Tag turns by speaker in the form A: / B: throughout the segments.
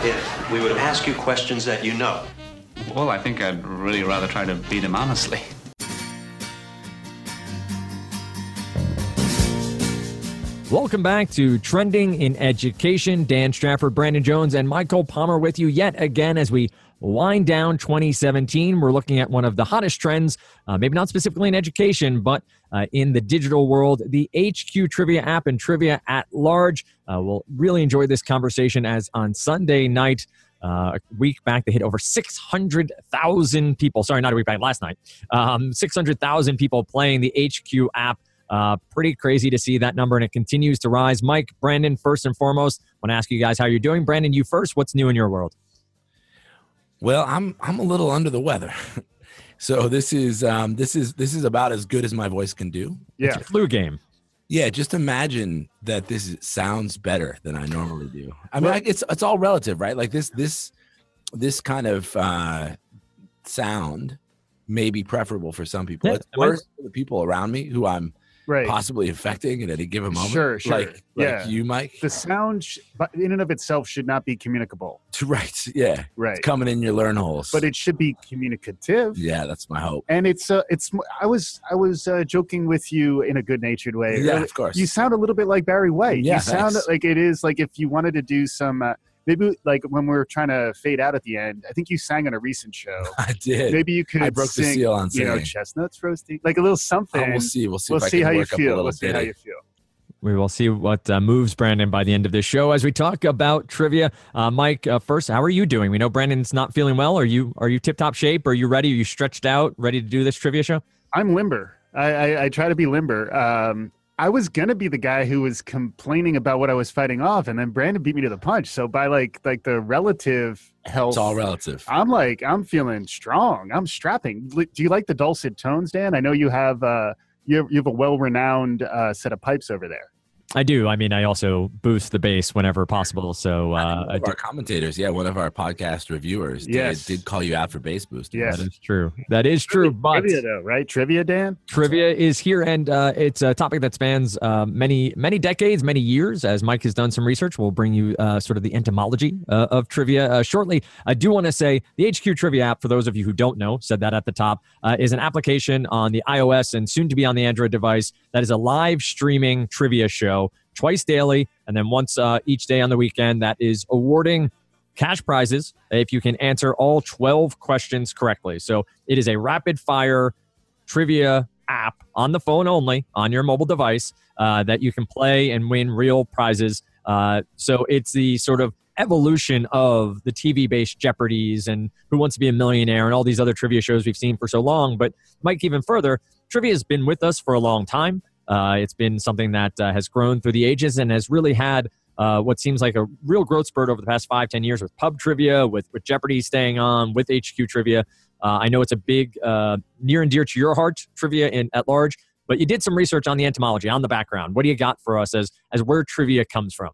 A: if we would ask you questions that you know.
B: Well, I think I'd really rather try to beat him honestly.
C: Welcome back to Trending in Education. Dan Strafford, Brandon Jones, and Michael Palmer with you yet again as we wind down 2017. We're looking at one of the hottest trends, uh, maybe not specifically in education, but uh, in the digital world, the HQ Trivia app and trivia at large. Uh, we'll really enjoy this conversation as on Sunday night. Uh, a week back, they hit over 600,000 people. Sorry, not a week back, last night. Um, 600,000 people playing the HQ app. Uh, pretty crazy to see that number, and it continues to rise. Mike, Brandon, first and foremost, want to ask you guys how you're doing. Brandon, you first. What's new in your world?
D: Well, I'm I'm a little under the weather, so this is um, this is this is about as good as my voice can do.
C: It's a flu game.
D: Yeah, just imagine that this is, sounds better than I normally do. I mean, like, it's it's all relative, right? Like this this this kind of uh, sound may be preferable for some people.
C: Yeah,
D: it's
C: I mean-
D: worse for the people around me who I'm
E: Right.
D: possibly affecting at any given moment.
E: Sure, sure.
D: Like, like
E: Yeah.
D: you, Mike.
E: The sound, sh- but in and of itself, should not be communicable.
D: right? Yeah,
E: Right.
D: it's coming in your learn holes.
E: But it should be communicative.
D: yeah, that's my hope.
E: And it's uh, it's. I was I was uh, joking with you in a good natured way.
D: Yeah, of course.
E: You sound a little bit like Barry White.
D: Yeah,
E: you sound
D: thanks.
E: like it is like if you wanted to do some. Uh, Maybe like when we were trying to fade out at the end, I think you sang on a recent show.
D: I did.
E: Maybe you could
D: I broke
E: sing,
D: the seal on
E: you
D: singing.
E: know, chestnuts roasting, like a little something.
D: Uh, we'll see. We'll see.
E: We'll
D: if I
E: see
D: can
E: how you
D: work up a
E: feel.
D: little
E: We'll see how
D: ditty.
E: you feel.
C: We will see what uh, moves Brandon by the end of this show as we talk about trivia. Uh, Mike, uh, first, how are you doing? We know Brandon's not feeling well. Are you are you tip top shape? Are you ready? Are you stretched out, ready to do this trivia show?
E: I'm limber. I, I, I try to be limber. Um, I was gonna be the guy who was complaining about what I was fighting off, and then Brandon beat me to the punch. So by like like the relative health,
D: It's all relative.
E: I'm like I'm feeling strong. I'm strapping. Li- Do you like the dulcet tones, Dan? I know you have uh, you have, you have a well renowned uh, set of pipes over there.
C: I do. I mean, I also boost the bass whenever possible. So uh,
D: one
C: I
D: of
C: do-
D: our commentators, yeah, one of our podcast reviewers,
E: Yes.
D: did, did call you out for base boost.
E: Yes.
C: that is true. That is true. But
E: trivia though, right? Trivia, Dan.
C: Trivia is here, and uh, it's a topic that spans uh, many, many decades, many years. As Mike has done some research, we'll bring you uh, sort of the entomology uh, of trivia uh, shortly. I do want to say the HQ Trivia app, for those of you who don't know, said that at the top, uh, is an application on the iOS and soon to be on the Android device that is a live streaming trivia show twice daily, and then once uh, each day on the weekend that is awarding cash prizes if you can answer all 12 questions correctly. So it is a rapid fire trivia app on the phone only on your mobile device uh, that you can play and win real prizes. Uh, so it's the sort of evolution of the TV based Jeopardies and Who Wants to Be a Millionaire and all these other trivia shows we've seen for so long. But Mike, even further, trivia has been with us for a long time. Uh, it's been something that uh, has grown through the ages and has really had uh, what seems like a real growth spurt over the past five, ten years with pub trivia, with, with Jeopardy staying on, with HQ trivia. Uh, I know it's a big, uh, near and dear to your heart, trivia in, at large, but you did some research on the entomology, on the background. What do you got for us as, as where trivia comes from?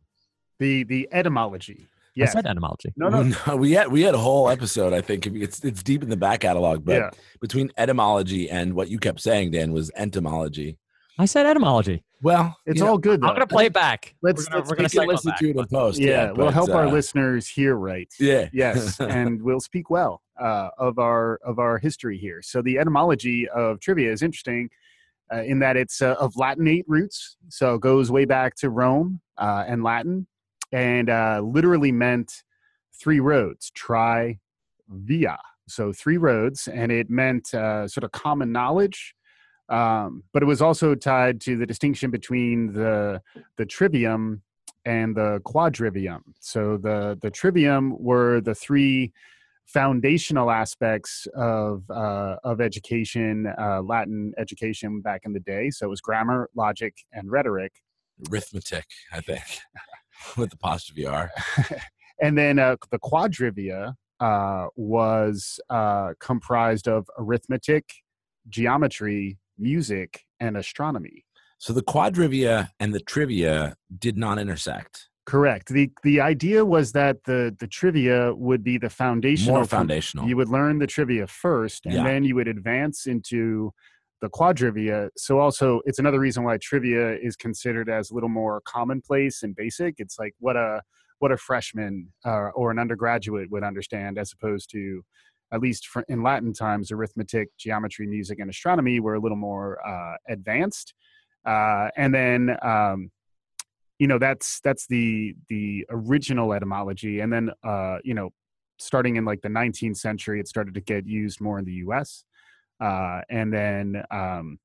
E: The the etymology.
C: I
E: Yes.
C: said entomology.
E: no, no.
D: we had we had a whole episode. I think it's it's deep in the back catalog, but
E: Yeah.
D: between etymology and what you kept saying, Dan, was entomology.
C: I said etymology.
D: Well,
E: It's
D: you know,
E: all good. Though.
C: I'm going to play it back.
E: Let's-
C: we're gonna-
E: let's
C: we're
E: take
C: gonna
E: a
D: you can
C: cycle
D: listen
C: back.
D: to it in post.
E: yeah, we'll
D: but,
E: help our
D: uh,
E: listeners hear right.
D: Yeah.
E: yes and we'll speak well uh, of our of our history here so the etymology of trivia is interesting uh, in that it's uh, of latinate roots so it goes way back to rome uh, and latin and uh, literally meant three roads tri via so three roads and it meant uh, sort of common knowledge um, but it was also tied to the distinction between the the trivium and the quadrivium. So the the trivium were the three foundational aspects of uh, of education, uh, Latin education back in the day. So it was grammar, logic, and rhetoric.
D: arithmetic, I think, with apostrophe R.
E: And then uh, the quadrivia uh, was uh, comprised of arithmetic, geometry, music, and astronomy.
D: So the quadrivia and the trivia did not intersect.
E: Correct. the The idea was that the the trivia would be the foundational
D: More
E: com-
D: foundational.
E: You would learn the trivia first, and
D: Yeah.
E: then you would advance into the quadrivia. So, also, it's another reason why trivia is considered as a little more commonplace and basic. It's like what a what a freshman uh, or an undergraduate would understand, as opposed to, at least for, in Latin times, arithmetic, geometry, music, and astronomy were a little more uh, advanced. Uh, and then, um, you know, that's that's the the original etymology. And then, uh, you know, starting in like the 19th century, it started to get used more in the U.S. Uh, and then, um,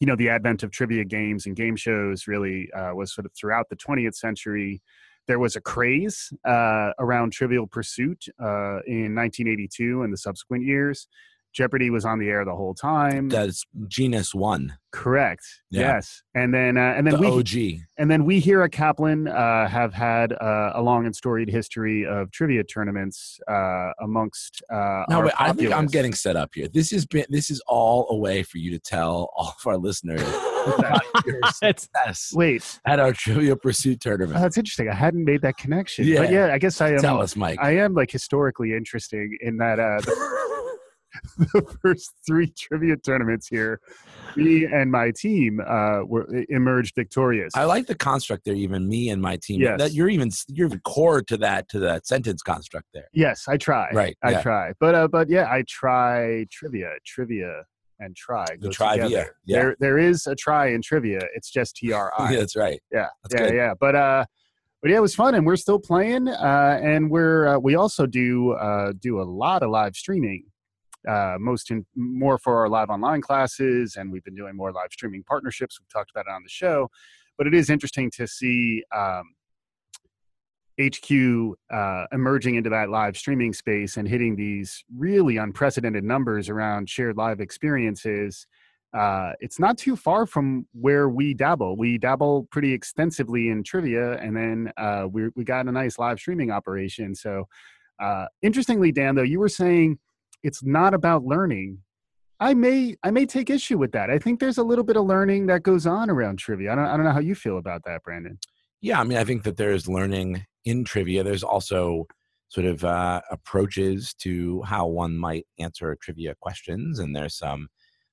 E: you know, the advent of trivia games and game shows really uh, was sort of throughout the 20th century. There was a craze uh, around Trivial Pursuit uh, in 1982 and the subsequent years. Jeopardy was on the air the whole time.
D: That's genus one,
E: Correct.
D: Yeah.
E: Yes. And then, uh, and then
D: the
E: we
D: OG.
E: and then we here at Kaplan uh, have had uh, a long and storied history of trivia tournaments uh, amongst uh,
D: No,
E: our
D: but I think I'm
E: populace.
D: getting set up here. This has been this is all a way for you to tell all of our listeners about your
C: That's-
D: success
E: Wait,
D: at our Trivial Pursuit tournament.
E: oh, that's interesting. I hadn't made that connection. But
D: Yeah.
E: yeah, I guess I am.
D: tell us, Mike.
E: I am like historically interesting in that uh, the, the first three trivia tournaments here, me and my team uh, were emerged victorious.
D: I like the construct there. Even me and my team.
E: Yes.
D: That you're even you're even core to that to that sentence construct there.
E: yes, I try.
D: Right,
E: I
D: yeah.
E: try. But uh, but yeah, I try trivia, trivia, and try.
D: The
E: go
D: trivia,
E: together.
D: yeah.
E: There there is a try in trivia. It's just T R I.
D: Yeah, that's right.
E: yeah
D: That's
E: yeah
D: good.
E: yeah but uh but yeah it was fun and we're still playing uh and we're uh, we also do uh do a lot of live streaming uh most in more for our live online classes and we've been doing more live streaming partnerships we've talked about it on the show but it is interesting to see um HQ uh, emerging into that live streaming space and hitting these really unprecedented numbers around shared live experiences uh, it's not too far from where we dabble. We dabble pretty extensively in trivia, and then uh, we we got a nice live streaming operation. So, uh, interestingly, Dan, though you were saying it's not about learning. I may I may take issue with that. I think there's a little bit of learning that goes on around trivia. I don't I don't know how you feel about that, Brandon.
D: Yeah, I mean, I think that there's learning in trivia. There's also sort of uh, approaches to how one might answer trivia questions, and there's some,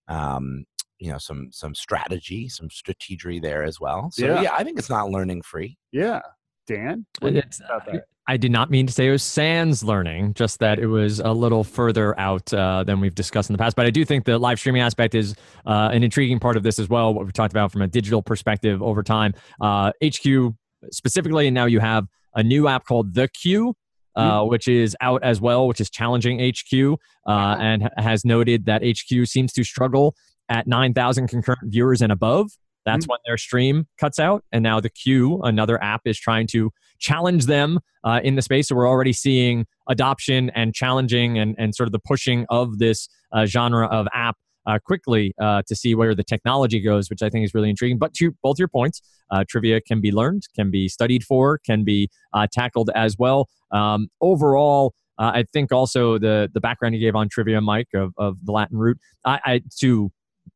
D: um, you know, some some strategy, some strategery there as well. So yeah,
E: Yeah.
D: I think it's not learning free.
E: Yeah, Dan. what do you
C: It's-
E: think about that?
C: I did not mean to say it was sans learning, just that it was a little further out uh, than we've discussed in the past. But I do think the live streaming aspect is uh, an intriguing part of this as well, what we've talked about from a digital perspective over time. Uh, HQ specifically, and now you have a new app called The Q. Uh,
E: Mm-hmm.
C: which is out as well, which is challenging HQ, uh, and ha- has noted that HQ seems to struggle at 9,000 concurrent viewers and above. That's
E: Mm-hmm.
C: when their stream cuts out, and now the Q, another app, is trying to challenge them uh, in the space. So we're already seeing adoption and challenging and, and sort of the pushing of this uh, genre of app uh, quickly uh, to see where the technology goes, which I think is really intriguing. But to both your points, uh, trivia can be learned, can be studied for, can be uh, tackled as well. Um, overall, uh, I think also the the background you gave on trivia, Mike, of, of the Latin root, I, I to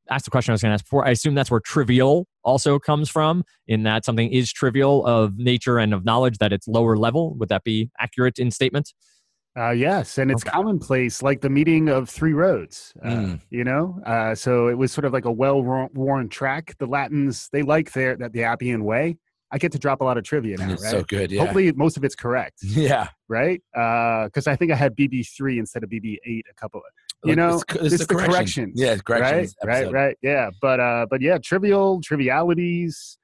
C: ask the question I was going to ask before. I assume that's where trivial also comes from, in that something is trivial of nature and of knowledge that it's lower level. Would that be accurate in statement?
E: Uh, yes, and it's
C: Okay.
E: commonplace, like the meeting of three roads. Uh,
D: Mm.
E: You know, uh, so it was sort of like a well-worn track. The Latins they like their that the Appian way. I get to drop a lot of trivia now,
D: And it's
E: right?
D: so good. Yeah. Mm-hmm.
E: Hopefully, most of it's correct,
D: yeah.
E: right? Because I think I had BB three instead of BB eight a couple. You
D: Look,
E: know,
D: c- this
E: it's
D: is
E: the corrections,
D: Yeah,
E: Right,
D: corrections.
E: right,
D: episode.
E: right. Yeah, but uh, but yeah, trivial trivialities,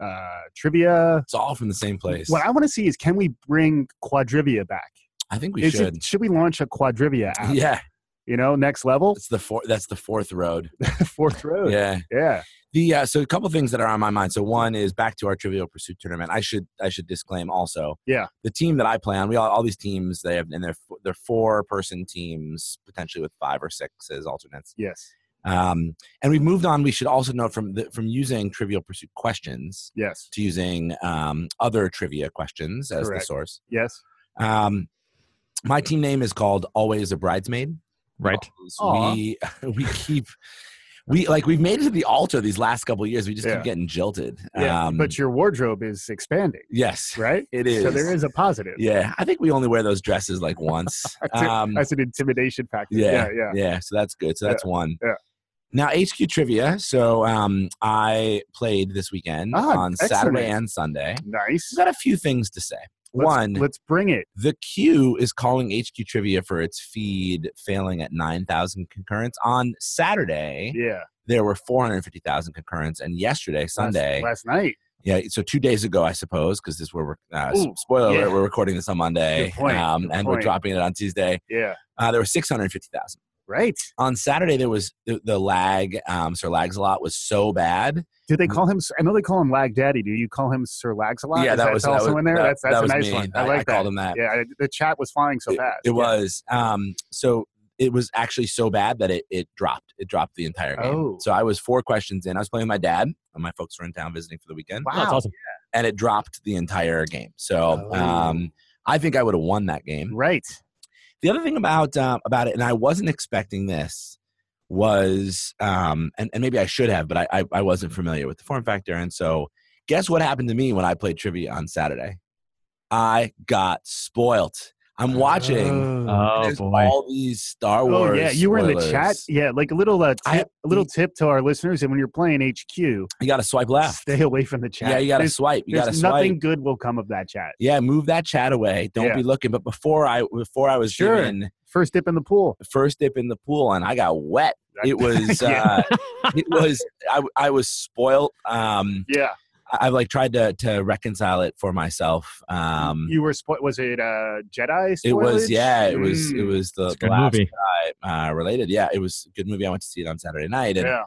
E: uh, trivia.
D: It's all from the same place.
E: What I want to see is can we bring quadrivia back?
D: I think we
E: Is
D: should.
E: It, should we launch a quadrivia app?
D: yeah,
E: You know, next level,
D: it's the four. That's the fourth road.
E: fourth road.
D: Yeah.
E: Yeah.
D: The uh, so a couple things that are on my mind. So one is back to our Trivial Pursuit tournament. I should I should disclaim also.
E: Yeah.
D: The team that I play on, we all, all these teams they have and they're f- they're four person teams potentially with five or six as alternates.
E: Yes.
D: Um, and we've moved on. We should also note from the, from using Trivial Pursuit questions
E: Yes.
D: to using um, other trivia questions as
E: Correct.
D: the source.
E: Yes.
D: Um, my team name is called Always a Bridesmaid
C: Right.
D: is
E: Aw.
D: Um, we we keep we like we've made it to the altar these last couple of years. We just
E: Yeah.
D: keep getting jilted.
E: Yeah.
D: Um,
E: but your wardrobe is expanding,
D: yes,
E: right?
D: it is.
E: So there is a positive.
D: Yeah, I think we only wear those dresses like once.
E: That's, a-
D: um,
E: that's an intimidation factor.
D: yeah,
E: Yeah. Yeah.
D: So that's good. So
E: Yeah,
D: that's one.
E: yeah.
D: Now HQ trivia. So um, I played this weekend
E: Ah,
D: on
E: excellent.
D: Saturday and Sunday.
E: Nice.
D: I've got a few things to say.
E: Let's-
D: One,
E: Let's bring it.
D: the Q is calling HQ Trivia for its feed failing at 9,000 concurrents. On Saturday,
E: Yeah.
D: there were 450,000 concurrents. And yesterday, Sunday,
E: Last, last night.
D: yeah, so two days ago, I suppose, because this we're, uh, s-
E: Ooh,
D: spoiler
E: yeah.
D: alert, we're recording this on Monday.
E: Good point,
D: um,
E: good
D: and we're
E: point.
D: dropping it on Tuesday.
E: Yeah.
D: Uh, there were 650,000.
E: Right.
D: on Saturday there was the, the lag. Um, Sir Lags a lot was so bad.
E: Do they call him? I know they call him Lag Daddy. Do you call him Sir Laxalot? Is that also in there.
D: that-
E: that's that's
D: that
E: a
D: was
E: nice
D: me.
E: one. I like that.
D: called him that.
E: Yeah, I, the chat was flying so fast.
D: It
E: Yeah.
D: was. Um, so it was actually so bad that it, it dropped. It dropped the entire game.
E: Oh.
D: So I was four questions in. I was playing with my dad. And my folks were in town visiting for the weekend,
E: Wow.
C: Oh, that's awesome.
D: and it dropped the entire game. So
E: Oh.
D: um, I think I would have won that game.
E: Right.
D: the other thing about um, about it, and I wasn't expecting this, was um, and, and maybe I should have, but I, I I wasn't familiar with the form factor, and so guess what happened to me when I played trivia on Saturday? I got spoilt. I'm watching
C: Oh
D: there's
C: boy.
D: all these Star
E: Oh
D: Wars.
E: yeah, you were in the chat.
D: spoilers.
E: Yeah, like a little uh, tip,
D: I-
E: a little tip to our listeners, and when you're playing HQ,
D: You got to swipe left.
E: stay away from the chat.
D: Ah. Yeah, you got to
E: There's,
D: swipe. You got to
E: there's
D: swipe.
E: nothing good will come of that chat.
D: Yeah, move that chat away. Don't
E: Yeah.
D: be looking. But before I before I was
E: Sure.
D: given
E: First dip in the pool.
D: first dip in the pool, and I got wet. It was
E: Yeah.
D: uh, it was I, I was spoiled. Um,
E: Yeah,
D: I- I've like tried to to reconcile it for myself. Um,
E: you were. Spo- was it uh, Jedi? Spoilage?
D: it was yeah, it was it
E: Mm,
D: was the,
C: It's a
D: the
C: good
D: last
C: movie.
D: guy, uh, related. Yeah, it was a good movie. I went to see it on Saturday night and
E: Yeah,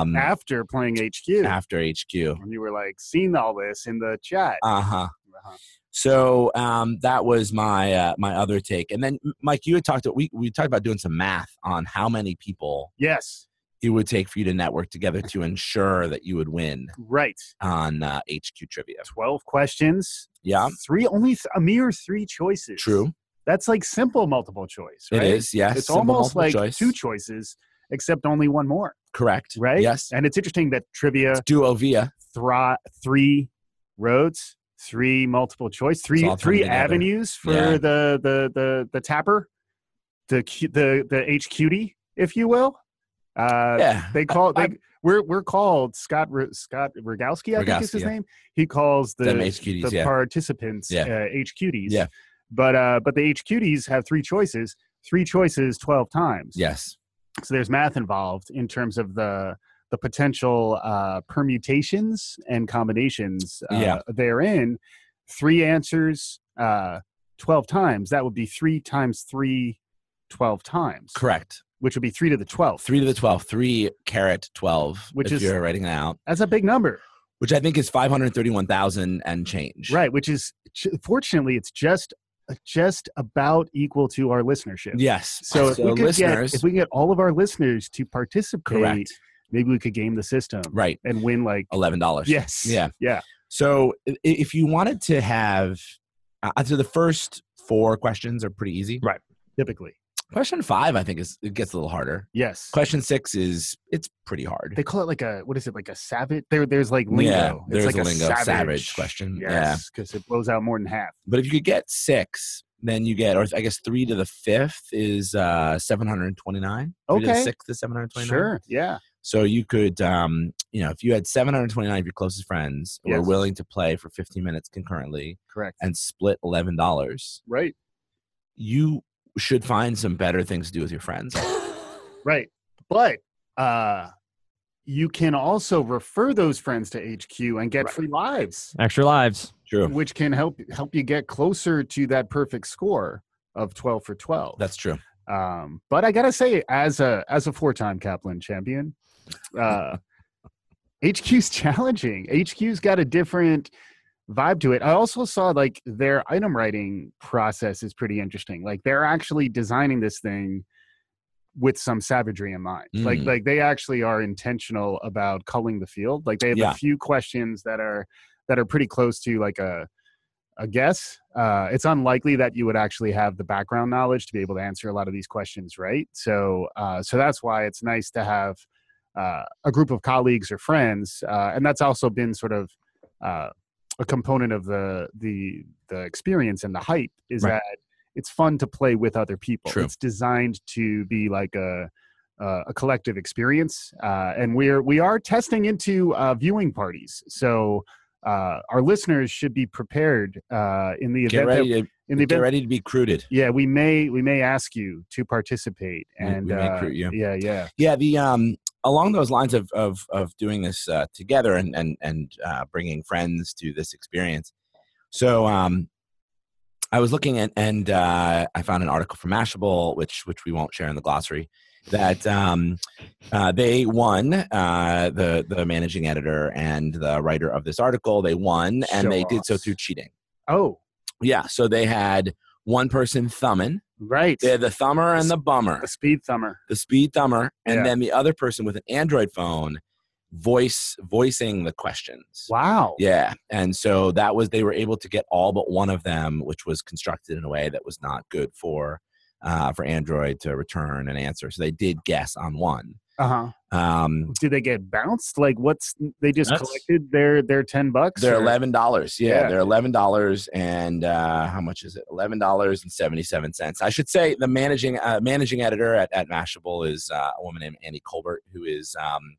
D: um,
E: after playing HQ,
D: after HQ.
E: and you were like seeing all this in the chat.
D: Uh huh.
E: Uh-huh.
D: So um, that was my uh, my other take. And then Mike, you had talked to, we we talked about doing some math on how many people
E: Yes,
D: it would take for you to network together to ensure that you would win
E: right.
D: on uh, HQ trivia.
E: Twelve questions.
D: Yeah,
E: three only th- a mere three choices.
D: true.
E: That's like simple multiple choice, right?
D: It is. Yes,
E: It's
D: Simple
E: almost
D: multiple
E: like
D: choice.
E: two choices, except only one more,
D: Correct.
E: right?
D: Yes.
E: And it's interesting that trivia
D: Duo via.
E: thra- three roads, three multiple choice, three
D: all coming
E: three
D: together.
E: avenues for
D: Yeah.
E: the, the the the tapper, the Q- the the HQD, if you will. Uh,
D: yeah.
E: They call
D: I-
E: they, we're we're called Scott Ru- Scott Rogowski, I think is
D: Rogowski,
E: his
D: yeah.
E: name. He calls the
D: Them HQDs,
E: the
D: yeah.
E: participants
D: Yeah.
E: uh, HQDs.
D: Yeah.
E: But uh, but the HQDs have three choices, three choices twelve times.
D: yes.
E: So there's math involved in terms of the the potential uh, permutations and combinations uh,
D: Yeah.
E: therein. Three answers uh, twelve times. That would be three times three. 12 times,
D: Correct.
E: which would be 3 to the 12th.
D: Three to the 12, three carat 12,
E: Which
D: which
E: is-
D: is, you're writing it out,
E: That's a big number.
D: which I think is 531,000 and change.
E: right which is ch- fortunately it's just uh, just about equal to our listenership
D: Yes.
E: so, if we could
D: listeners,
E: get if we can get all of our listeners to participate
D: correct.
E: maybe we could game the system
D: Right.
E: and win like
D: $11.
E: yes
D: Yeah.
E: yeah
D: So i- if you wanted to have, uh, so the first four questions are pretty easy.
E: typically
D: Question five, I think, is it gets a little harder.
E: yes
D: Question six is it's pretty hard.
E: they call it like a what is it like a savage there there's like lingo
D: Yeah,
E: it's
D: there's
E: like
D: a
E: a
D: lingo,
E: savage,
D: savage question, yeah.
E: yes because it blows out more than half
D: But if you could get six, then you get, or I guess three to the fifth is uh, 729. Three To the
E: Okay.
D: sixth is 729.
E: sure yeah
D: So you could, um, you know, if you had 729 of your closest friends who are
E: Yes.
D: willing to play for 15 minutes concurrently
E: correct
D: and split $11,
E: right
D: you should find some better things to do with your friends.
E: Right. But uh you can also refer those friends to HQ and get
D: Right.
E: free lives,
C: Extra lives.
D: True.
E: which can help help you get closer to that perfect score of 12 for 12.
D: That's true.
E: um but I got to say as a as a four-time Kaplan champion, uh HQ's challenging. HQ's got a different vibe to it. I also saw like their item writing process is pretty interesting. Like they're actually designing this thing with some savagery in mind. Like
D: Mm.
E: like they actually are intentional about culling the field. Like they have
D: Yeah.
E: a few questions that are that are pretty close to like a a guess. Uh, it's unlikely that you would actually have the background knowledge to be able to answer a lot of these questions, right? So, uh, so that's why it's nice to have uh, a group of colleagues or friends, uh, and that's also been sort of uh, a component of the the the experience and the hype is
D: Right.
E: that it's fun to play with other people.
D: True.
E: It's designed to be like a uh, a collective experience, uh, and we're we are testing into uh, viewing parties. So uh, our listeners should be prepared uh, in the
D: Get
E: event that,
D: ready,
E: in
D: to,
E: the
D: get
E: event
D: ready to be cruited.
E: yeah we may we may ask you to participate
D: We-
E: and
D: we may
E: uh,
D: recruit you.
E: yeah yeah
D: Yeah, the um along those lines of of of doing this uh, together and and and uh, bringing friends to this experience. So um, I was looking at and uh, I found an article from Mashable, which which we won't share in the glossary. That um, uh, they won uh, the the managing editor and the writer of this article. They won, and
E: Show
D: they did so
E: us.
D: through cheating.
E: oh
D: Yeah, so they had one person thumbing.
E: right
D: They had the thumber and the bummer
E: a speed thumber
D: the speed thumber, and
E: Yeah.
D: then the other person with an Android phone voice voicing the questions.
E: wow
D: Yeah. And so that was they were able to get all but one of them, which was constructed in a way that was not good for uh, for Android to return an answer. So they did guess on one.
E: uh-huh
D: Um
E: do they get bounced like what's they just
B: That's-
E: collected their their 10 bucks
D: they're
E: or-
D: eleven dollars. Yeah,
E: Yeah.
D: they're eleven dollars and uh, how much is it? Eleven dollars and seventy seven cents. I should say the managing uh, managing editor at, at Mashable is uh, a woman named Annie Colbert, who is um,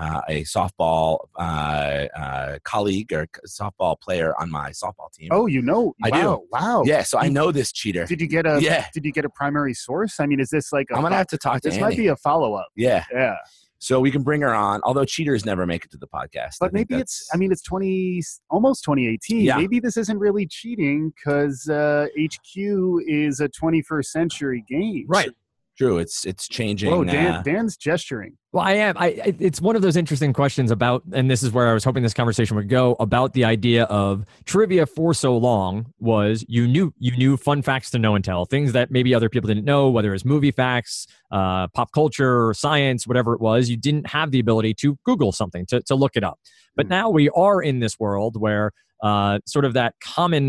D: uh, a softball uh, uh, colleague or softball player on my softball team.
E: oh you know
D: I do.
E: wow wow
D: yeah, so I know this cheater.
E: did you uh, get a
D: Yeah,
E: did you get a primary source i mean is this like a
D: I'm gonna have to talk to
E: this
D: Annie.
E: might be a follow-up
D: yeah,
E: yeah
D: so we can bring her on. Although cheaters never make it to the podcast, I think
E: but maybe
D: that's-
E: it's i mean it's 20 almost 2018
D: Yeah.
E: maybe this isn't really cheating because uh, hq is a 21st century game
C: Right.
D: true. It's it's changing.
E: whoa
D: uh,
E: dan dan's gesturing
C: Well, I am. I it- it's one of those interesting questions about, and this is where I was hoping this conversation would go about the idea of trivia for so long was you knew you knew fun facts to know and tell things that maybe other people didn't know, whether it's movie facts, uh, pop culture, or science, whatever it was. You didn't have the ability to Google something to to look it up. But
E: Mm.
C: now we are in this world where uh, sort of that common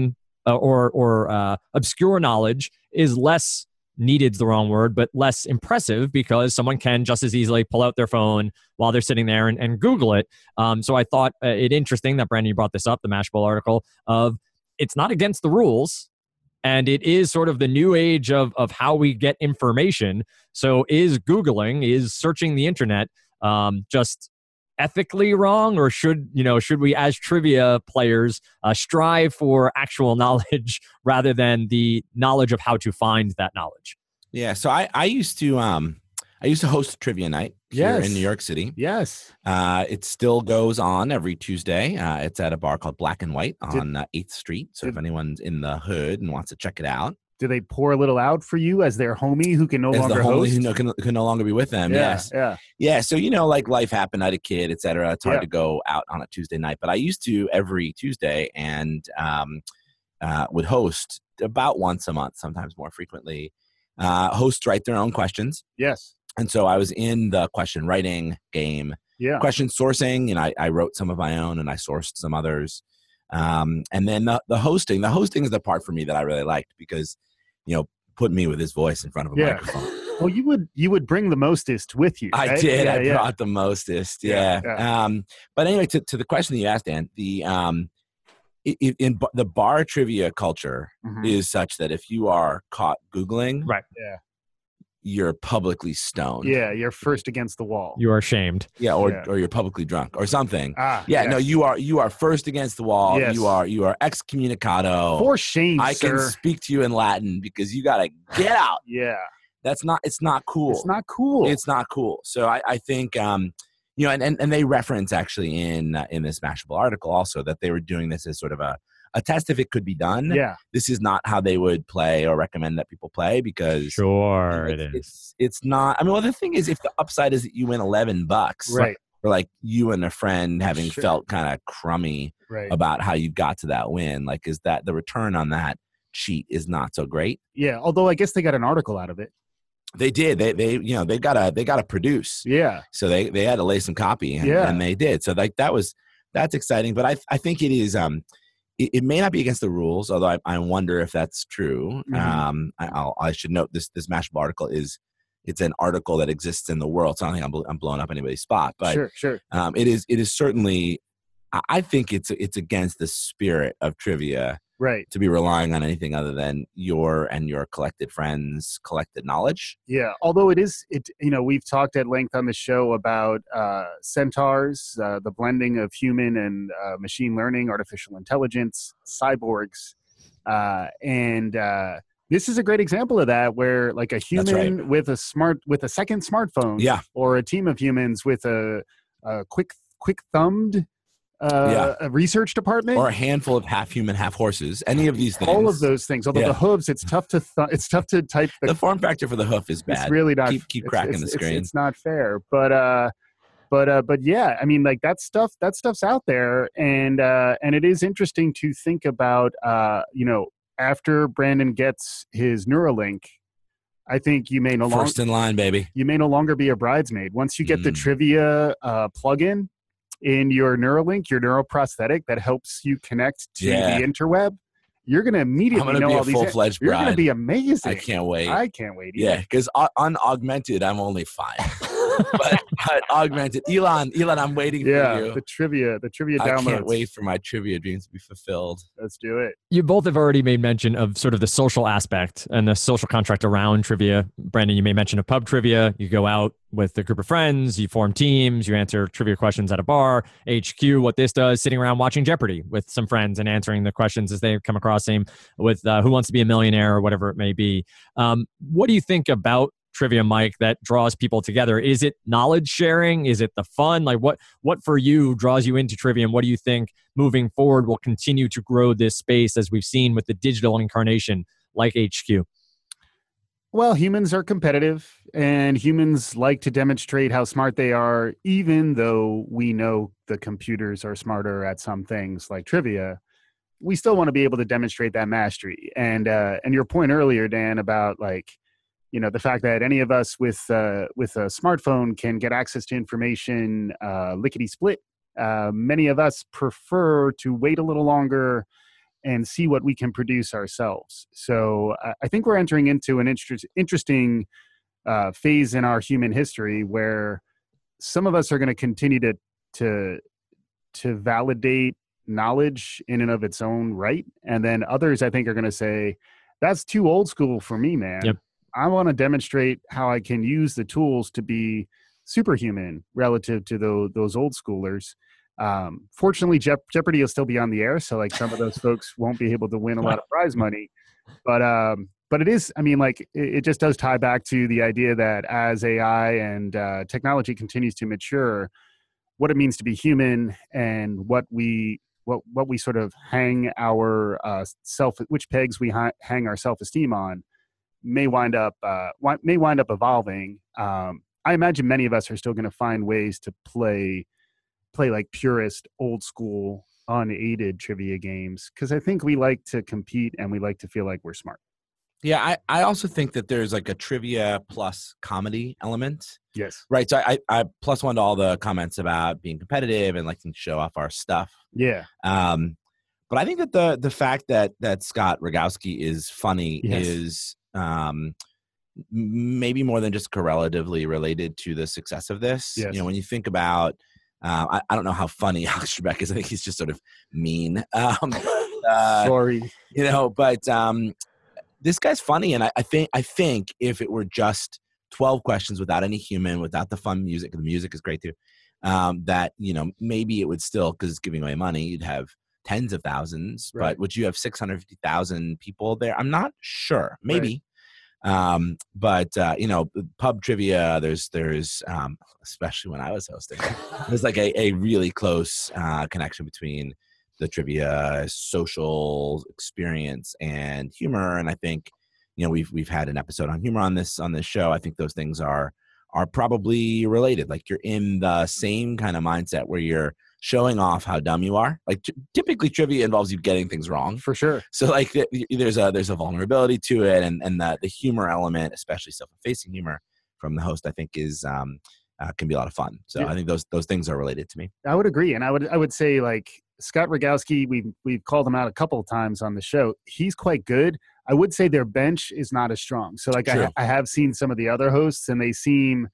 C: uh, or or uh, obscure knowledge is less needed's the wrong word, but less impressive because someone can just as easily pull out their phone while they're sitting there and, and Google it. Um, so I thought uh, it interesting that Brandon you brought this up, the Mashable article of it's not against the rules. And it is sort of the new age of, of how we get information. So is Googling, is searching the internet um, just ethically wrong or should you know should we as trivia players uh, strive for actual knowledge rather than the knowledge of how to find that knowledge
D: Yeah, so I I used to um I used to host trivia night here
E: Yes.
D: in New York City.
E: yes
D: Uh, it still goes on every Tuesday. Uh, it's at a bar called Black and White
E: Did-
D: on uh, 8th Street. So if
E: did-
D: anyone's in the hood and wants to check it out,
E: do they pour a little out for you as their homie who can no
D: as the
E: longer
D: homie
E: host
D: who no, can, can no longer be with them.
E: yeah,
D: Yes.
E: yeah
D: Yeah. So, you know, like life happened. I had a kid, et cetera. It's hard
E: Yeah.
D: to go out on a Tuesday night, but I used to every Tuesday and um, uh, would host about once a month, sometimes more frequently. Uh, hosts write their own questions.
E: yes
D: And so I was in the question writing game,
E: yeah
D: question sourcing, and I, I wrote some of my own and I sourced some others. Um, and then the, the hosting, the hosting is the part for me that I really liked because, you know, put me with his voice in front of a
E: Yeah.
D: microphone.
E: well you would you would bring the mostest with you
D: I
E: right?
D: did.
E: yeah,
D: I
E: yeah.
D: brought the mostest.
E: Yeah,
D: Yeah. Um, but anyway, to, to the question that you asked, Dan, the um, i- i- in b- the bar trivia culture
E: Mhm.
D: is such that if you are caught googling,
C: Right.
E: Yeah.
D: you're publicly stoned.
E: yeah you're first against the wall
C: you are shamed
D: Yeah, or
E: Yeah.
D: or you're publicly drunk or something.
E: ah
D: Yeah, no,
E: yes.
D: you are you are first against the wall.
E: Yes.
D: You are you are excommunicado.
E: for shame
D: I
E: sir
D: can speak to you in Latin because you gotta get out.
E: yeah
D: That's not it's not cool.
E: it's not cool
D: It's not cool. So I, I think um, you know, and, and and they reference actually in uh, in this Mashable article also that they were doing this as sort of a a test if it could be done.
E: yeah
D: This is not how they would play or recommend that people play because you know,
C: sure
D: it's, it's it's not. I mean, well, the thing is, if the upside is that you win eleven bucks,
E: right
D: or like you and a friend having
E: Sure.
D: felt kind of crummy
E: right
D: about how you got to that win like is that the return on that cheat is not so great
E: yeah although i guess they got an article out of it
D: they did they they you know they got to they got to produce
E: yeah
D: so they they had to lay some copy and,
E: Yeah.
D: and they did so like that was that's exciting but i i think it is um it, it may not be against the rules although i, I wonder if that's true
E: Mhm.
D: um I, I'll, i should note this this mashable article is it's an article that exists in the world so i don't think i'm, bl- I'm blowing up anybody's spot but
E: sure sure
D: um, it is it is certainly I- I think it's it's against the spirit of trivia
E: Right.
D: to be relying on anything other than your and your collected friends' collected knowledge.
E: Yeah. Although it is, it you know, we've talked at length on the show about uh, centaurs, uh, the blending of human and uh, machine learning, artificial intelligence, cyborgs, uh, and uh, this is a great example of that, where like a
D: right.
E: human with a smart with a second smartphone,
D: Yeah.
E: or a team of humans with a, a quick quick thumbed uh, a research department,
D: Or a handful of half human, half horses. Any of these things.
E: all of those things. Although
D: Yeah.
E: the hooves, it's tough to th- it's tough to type the
D: The form factor for the hoof is
E: It's
D: bad.
E: really not.
D: Keep- keep
E: it's-
D: cracking
E: it's-
D: the
E: it's-
D: screen.
E: It's, not fair, but uh, but uh, but yeah, I mean, like that stuff. That stuff's out there, and uh, and it is interesting to think about. Uh, you know, after Brandon gets his Neuralink, I think you may no longer
D: First in line, baby.
E: you may no longer be a bridesmaid once you get the
D: Mm.
E: trivia uh, plugin in your Neuralink, your neuroprosthetic that helps you connect to
D: Yeah.
E: the interweb. You're gonna
D: I'm
E: immediately
D: going to
E: know
D: be
E: all
D: a
E: these.
D: full fledged
E: You're gonna
D: bride.
E: be amazing.
D: I can't wait.
E: I can't wait. either.
D: yeah, because unaugmented, I'm only five. but, but augmented, Elon, Elon, I'm waiting
E: yeah,
D: for you.
E: the trivia, the trivia
D: I
E: downloads.
D: can't wait for my trivia dreams to be fulfilled.
E: Let's do it.
C: You both have already made mention of sort of the social aspect and the social contract around trivia. Brandon, you may mention a pub trivia. You go out with a group of friends, you form teams, you answer trivia questions at a bar. HQ, what this does, sitting around watching Jeopardy with some friends and answering the questions as they come across him with uh, Who Wants to Be a Millionaire or whatever it may be. Um, what do you think about trivia, Mike, that draws people together? Is it knowledge sharing? Is it the fun? Like what what for you draws you into trivia and what do you think moving forward will continue to grow this space as we've seen with the digital incarnation like HQ.
E: Well, humans are competitive and humans like to demonstrate how smart they are, even though we know the computers are smarter at some things like trivia. We still want to be able to demonstrate that mastery. And uh, and your point earlier, Dan, about like, you know, the fact that any of us with uh, with a smartphone can get access to information uh, lickety split. Uh, many of us prefer to wait a little longer, and see what we can produce ourselves. So I- I think we're entering into an inter- interesting uh, phase in our human history where some of us are going to continue to to to validate knowledge in and of its own right, and then others I think are going to say that's too old school for me, man.
C: Yep.
E: I want to demonstrate how I can use the tools to be superhuman relative to tho- those old schoolers um, fortunately Jeop- jeopardy will still be on the air so like some of those folks won't be able to win a lot of prize money but um but it is i mean like it, it just does tie back to the idea that as ai and uh, technology continues to mature what it means to be human and what we what what we sort of hang our uh, self which pegs we hi- hang our self-esteem on may wind up uh, wi- may wind up evolving um, i imagine many of us are still going to find ways to play play like purist old school unaided trivia games because i think we like to compete and we like to feel like we're smart
D: Yeah, I, I also think that there's like a trivia plus comedy element.
E: yes
D: Right. So I, I I plus one to all the comments about being competitive and liking to show off our stuff.
E: yeah
D: Um, but I think that the the fact that that Scott Rogowski is funny
E: Yes.
D: is um, m- maybe more than just correlatively related to the success of this.
E: Yes.
D: You know, when you think about, uh, I, I don't know how funny Alex Trebek is. I think he's just sort of mean. Um, uh,
E: sorry
D: you know but um this guy's funny and I, I think i think if it were just 12 questions without any human without the fun music the music is great too um that you know maybe it would still because it's giving away money you'd have tens of thousands
E: Right.
D: but would you have 650000 people there i'm not sure maybe um but uh you know pub trivia there's there's um especially when i was hosting there's like a, a really close uh connection between the trivia social experience and humor and i think you know we've we've had an episode on humor on this on this show i think those things are are probably related like you're in the same kind of mindset where you're showing off how dumb you are like t- typically trivia involves you getting things wrong
E: for sure
D: so like th- y- there's a there's a vulnerability to it and and the, the humor element especially self-effacing humor from the host i think is um uh, can be a lot of fun so
E: Yeah.
D: i think those those things are related to me
E: i would agree and i would i would say like scott rogowski we've we've called him out a couple of times on the show he's quite good i would say their bench is not as strong so like I,
D: True.
E: ha- I have seen some of the other hosts and they seem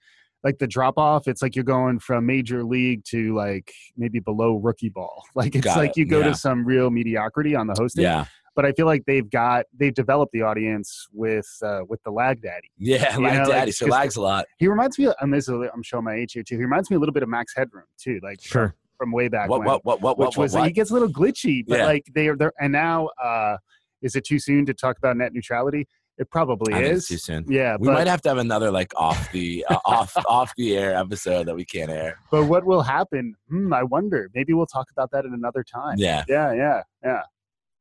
E: like the drop off it's like you're going from major league to like maybe below rookie ball like it's
D: Got
E: like
D: it.
E: you go
D: Yeah.
E: to some real mediocrity on the hosting but I feel like they've got they've developed the audience with uh, with the Lag Daddy.
D: Yeah,
E: You
D: Lag
E: know, like,
D: Daddy. so
E: just-
D: Lag's a lot.
E: He reminds me, and this is, I'm showing my age here too. He reminds me a little bit of Max Headroom too, like
C: Sure.
E: from way back
D: What,
E: when,
D: what, what, what, what,
E: which
D: what,
E: was he gets a little glitchy, but
D: Yeah.
E: like they are there. And now, uh, is it too soon to talk about net neutrality? It probably
D: I think it's
E: is.
D: too soon.
E: Yeah,
D: We
E: but,
D: might have to have another like off the uh, off off the air episode that we can't air.
E: but what will happen? Hmm, I wonder. Maybe we'll talk about that at another time.
D: Yeah.
E: yeah, yeah. yeah.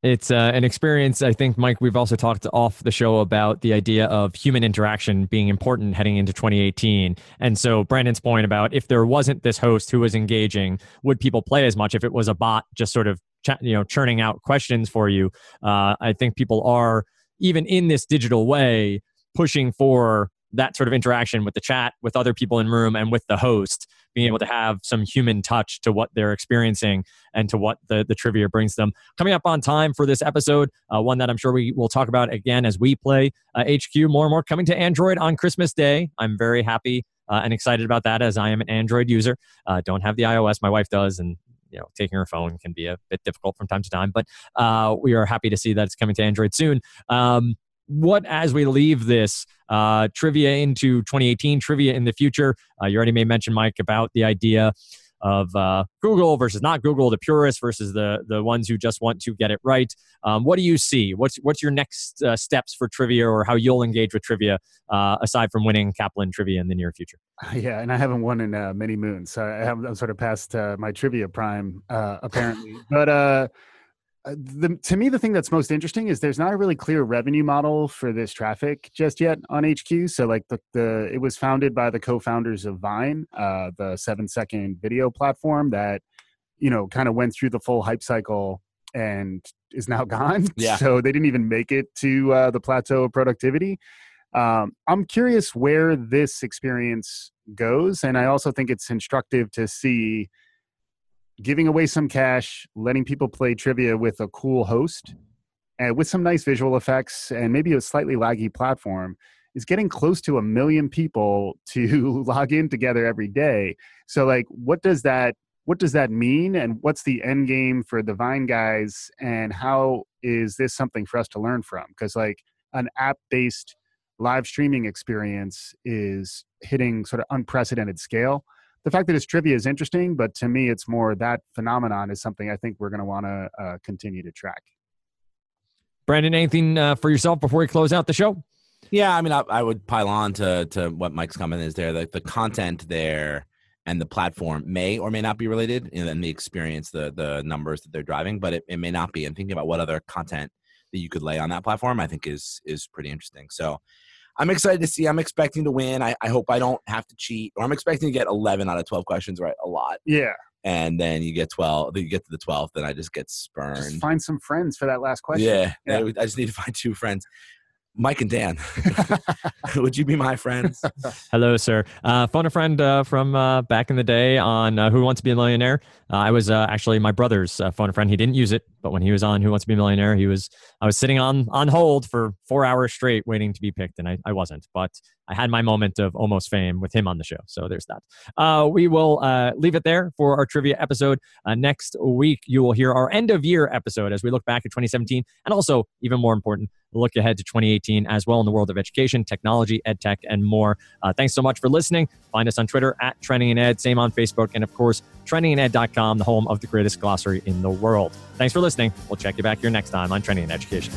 C: It's uh, an experience. I think, Mike, we've also talked off the show about the idea of human interaction being important heading into 2018. And so, Brandon's point about if there wasn't this host who was engaging, would people play as much? If it was a bot just sort of ch- you know churning out questions for you, uh, I think people are even in this digital way pushing for that sort of interaction with the chat, with other people in room, and with the host being able to have some human touch to what they're experiencing and to what the, the trivia brings them coming up on time for this episode, uh, one that I'm sure we will talk about again as we play uh, HQ more and more. Coming to Android on Christmas Day. I'm very happy uh, and excited about that as I am an Android user. Uh, don't have the iOS, my wife does, and you know, taking her phone can be a bit difficult from time to time, but uh, we are happy to see that it's coming to Android soon. Um, what, as we leave this uh, trivia into 2018, trivia in the future, uh, you already made mention, Mike, about the idea of uh, Google versus not Google, the purists versus the the ones who just want to get it right. Um, what do you see? What's what's your next uh, steps for trivia, or how you'll engage with trivia uh, aside from winning Kaplan trivia in the near future?
E: Yeah, and I haven't won in uh, many moons. So I have, I'm sort of past uh, my trivia prime, uh, apparently. but uh, uh, the, to me, the thing that's most interesting is there's not a really clear revenue model for this traffic just yet on HQ. So like the, the it was founded by the co-founders of Vine, uh, the seven second video platform that you know kind of went through the full hype cycle and is now gone.
D: Yeah.
E: So they didn't even make it to uh, the plateau of productivity. Um, I'm curious where this experience goes, and I also think it's instructive to see giving away some cash, letting people play trivia with a cool host, and with some nice visual effects, and maybe a slightly laggy platform, is getting close to a million people to log in together every day. So, like, what does that what does that mean, and what's the end game for the Vine guys, and how is this something for us to learn from? Because like an app based live streaming experience is hitting sort of unprecedented scale the fact that it's trivia is interesting, but to me, it's more that phenomenon is something I think we're going to want to uh, continue to track.
C: Brandon, anything uh, for yourself before we close out the show?
D: Yeah, I mean, I, I would pile on to to what Mike's comment is there. Like the content there and the platform may or may not be related, and then the experience, the the numbers that they're driving, but it, it may not be. And thinking about what other content that you could lay on that platform, I think is is pretty interesting. So. I'm excited to see. I'm expecting to win. I, I hope I don't have to cheat, or I'm expecting to get 11 out of 12 questions right a lot,
E: Yeah,
D: and then you get 12. You get to the 12th, then I just get spurned.
E: just find some friends for that last question.
D: Yeah,
E: Yeah.
D: I would- I just need to find two friends, Mike and Dan. would you be my friends?
C: Hello, sir. Uh, phone a friend uh, from uh, back in the day on uh, Who Wants to Be a Millionaire. Uh, I was uh, actually my brother's uh, phone a friend. He didn't use it, but when he was on Who Wants to Be a Millionaire, he was I was sitting on on hold for four hours straight waiting to be picked, and I, I wasn't. But I had my moment of almost fame with him on the show. So there's that. Uh, we will uh, leave it there for our trivia episode. Uh, next week, you will hear our end of year episode as we look back at 2017 and also, even more important, look ahead to 2018 as well in the world of education, technology, ed tech, and more. Uh, thanks so much for listening. Find us on Twitter at Trending and Ed, same on Facebook, and of course, trendinganded.com, the home of the greatest glossary in the world. Thanks for listening. We'll check you back here next time on Trending and Education.